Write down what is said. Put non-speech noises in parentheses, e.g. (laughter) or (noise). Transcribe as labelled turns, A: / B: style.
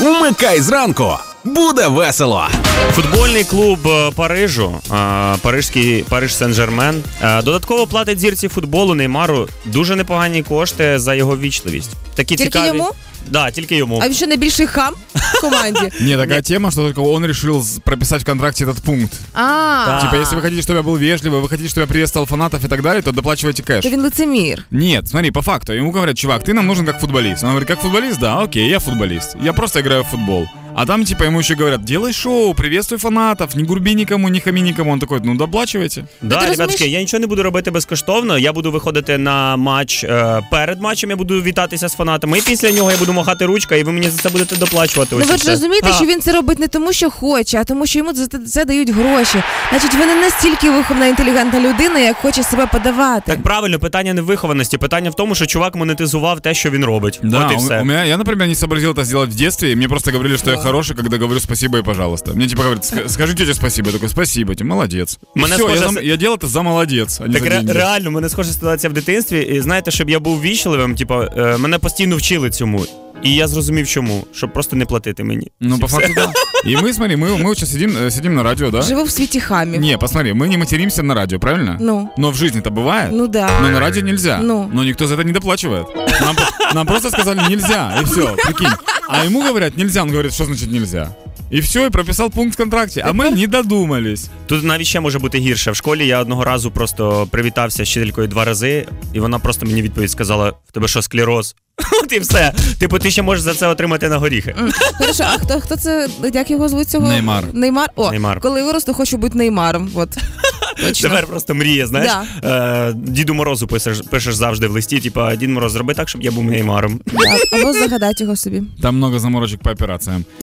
A: Умикай зранку. Буде весело.
B: Футбольний клуб е, Парижу, е, парижський Париж Сен-Жермен, е, додатково платить зірці футболу Неймару дуже непогані кошти за його вічливість. Такі
C: Тільки
B: цікаві.
C: йому?
B: Да, тільки йому.
C: А він що найбільший хам
B: (laughs)
C: в команді?
D: Не, такая тема, что только он решил с- прописать в контракте этот пункт.
C: А,
D: Типа, если вы хотите, чтобы я был вежливый, вы хотите, чтобы я приветствовал фанатов и так далее, то доплачивайте кэш.
C: то він лицемір.
D: Нет, смотри, по факту. Ему говорят, чувак, ты нам нужен как футболист. Он говорит, как футболист? Да, окей, я футболист. Я просто играю в футбол. А там, типа, ему еще говорят, делай шоу, приветствуй фанатов, не гурби никому, не хами никому. Он такой, ну доплачивайте.
C: ти
B: Да,
C: розумієш-
B: ребятки, я нічого не буду робити безкоштовно. Я буду виходити на матч е, перед матчем. Я буду вітатися з фанатами. І після нього я буду махати ручка, і ви мені за це будете доплачувати.
C: Ну
B: Ось
C: ви
B: і
C: ж
B: все.
C: розумієте,
B: А.
C: що він це робить не тому, що хоче, а тому, що йому за те- це дають гроші. Значить, ви не настільки виховна інтелігентна людина, як хоче себе подавати.
B: Так правильно, питання не в вихованості, питання в тому, що чувак монетизував те, що він робить. От і
D: у,
B: все.
D: у меня, я, например, не сообразил это сделать в детстве, и мне просто говорили, что я хороший, когда говорю спасибо и пожалуйста. Мне типа говорят, «Ска- скажи тете спасибо. Я такой, спасибо, тетя, молодец. И
B: Мне
D: всё, я,
B: схоже,
D: зам-
B: с-
D: я делал это за молодец, а не
B: Так
D: за
B: ре-
D: деньги.
B: реально, мене схожа ситуація в дитинстві. І знаєте, щоб я був вічливим, типу, е, мене постійно вчили цьому. І я зрозумів, чому, щоб просто не платити мені.
D: Ну, по факту,
B: (laughs)
D: да. И мы, смотри, мы, мы сейчас сидим, э, сидим на радио, да?
C: Живу в світі хамів.
D: Не, посмотри, мы не материмся на радио, правильно?
C: Ну.
D: Но в жизни-то бывает.
C: Ну да.
D: Но на радио нельзя.
C: Ну.
D: Но никто за это не доплачивает. Нам, по- нам просто сказали нельзя, и все, прикинь. А ему говорят нельзя, он говорит, что значит нельзя. И все, и прописал пункт в контракте. А мы не додумались.
B: Тут навіть ще може бути гірше. В школі я одного разу просто привітався з вчителькою два рази, і вона просто мені відповідь сказала: в тебе що, склероз? (laughs) От і все. Типу, ти ще можеш за це отримати на горіхи.
C: (laughs) Хорошо, а хто хто це? Як його звуть цього?
D: Неймар.
C: Неймар. О,
B: Неймар.
C: коли виросту, хочу бути Неймаром.
B: (laughs)
C: От. Точно.
B: Тепер просто мріє, знаєш. Е, Діду Морозу пишеш, пишеш завжди в листі. Типа, Дід Мороз, зроби так, щоб я був неймаром.
C: Так, Або загадати його собі.
D: Там много заморочек по операциям.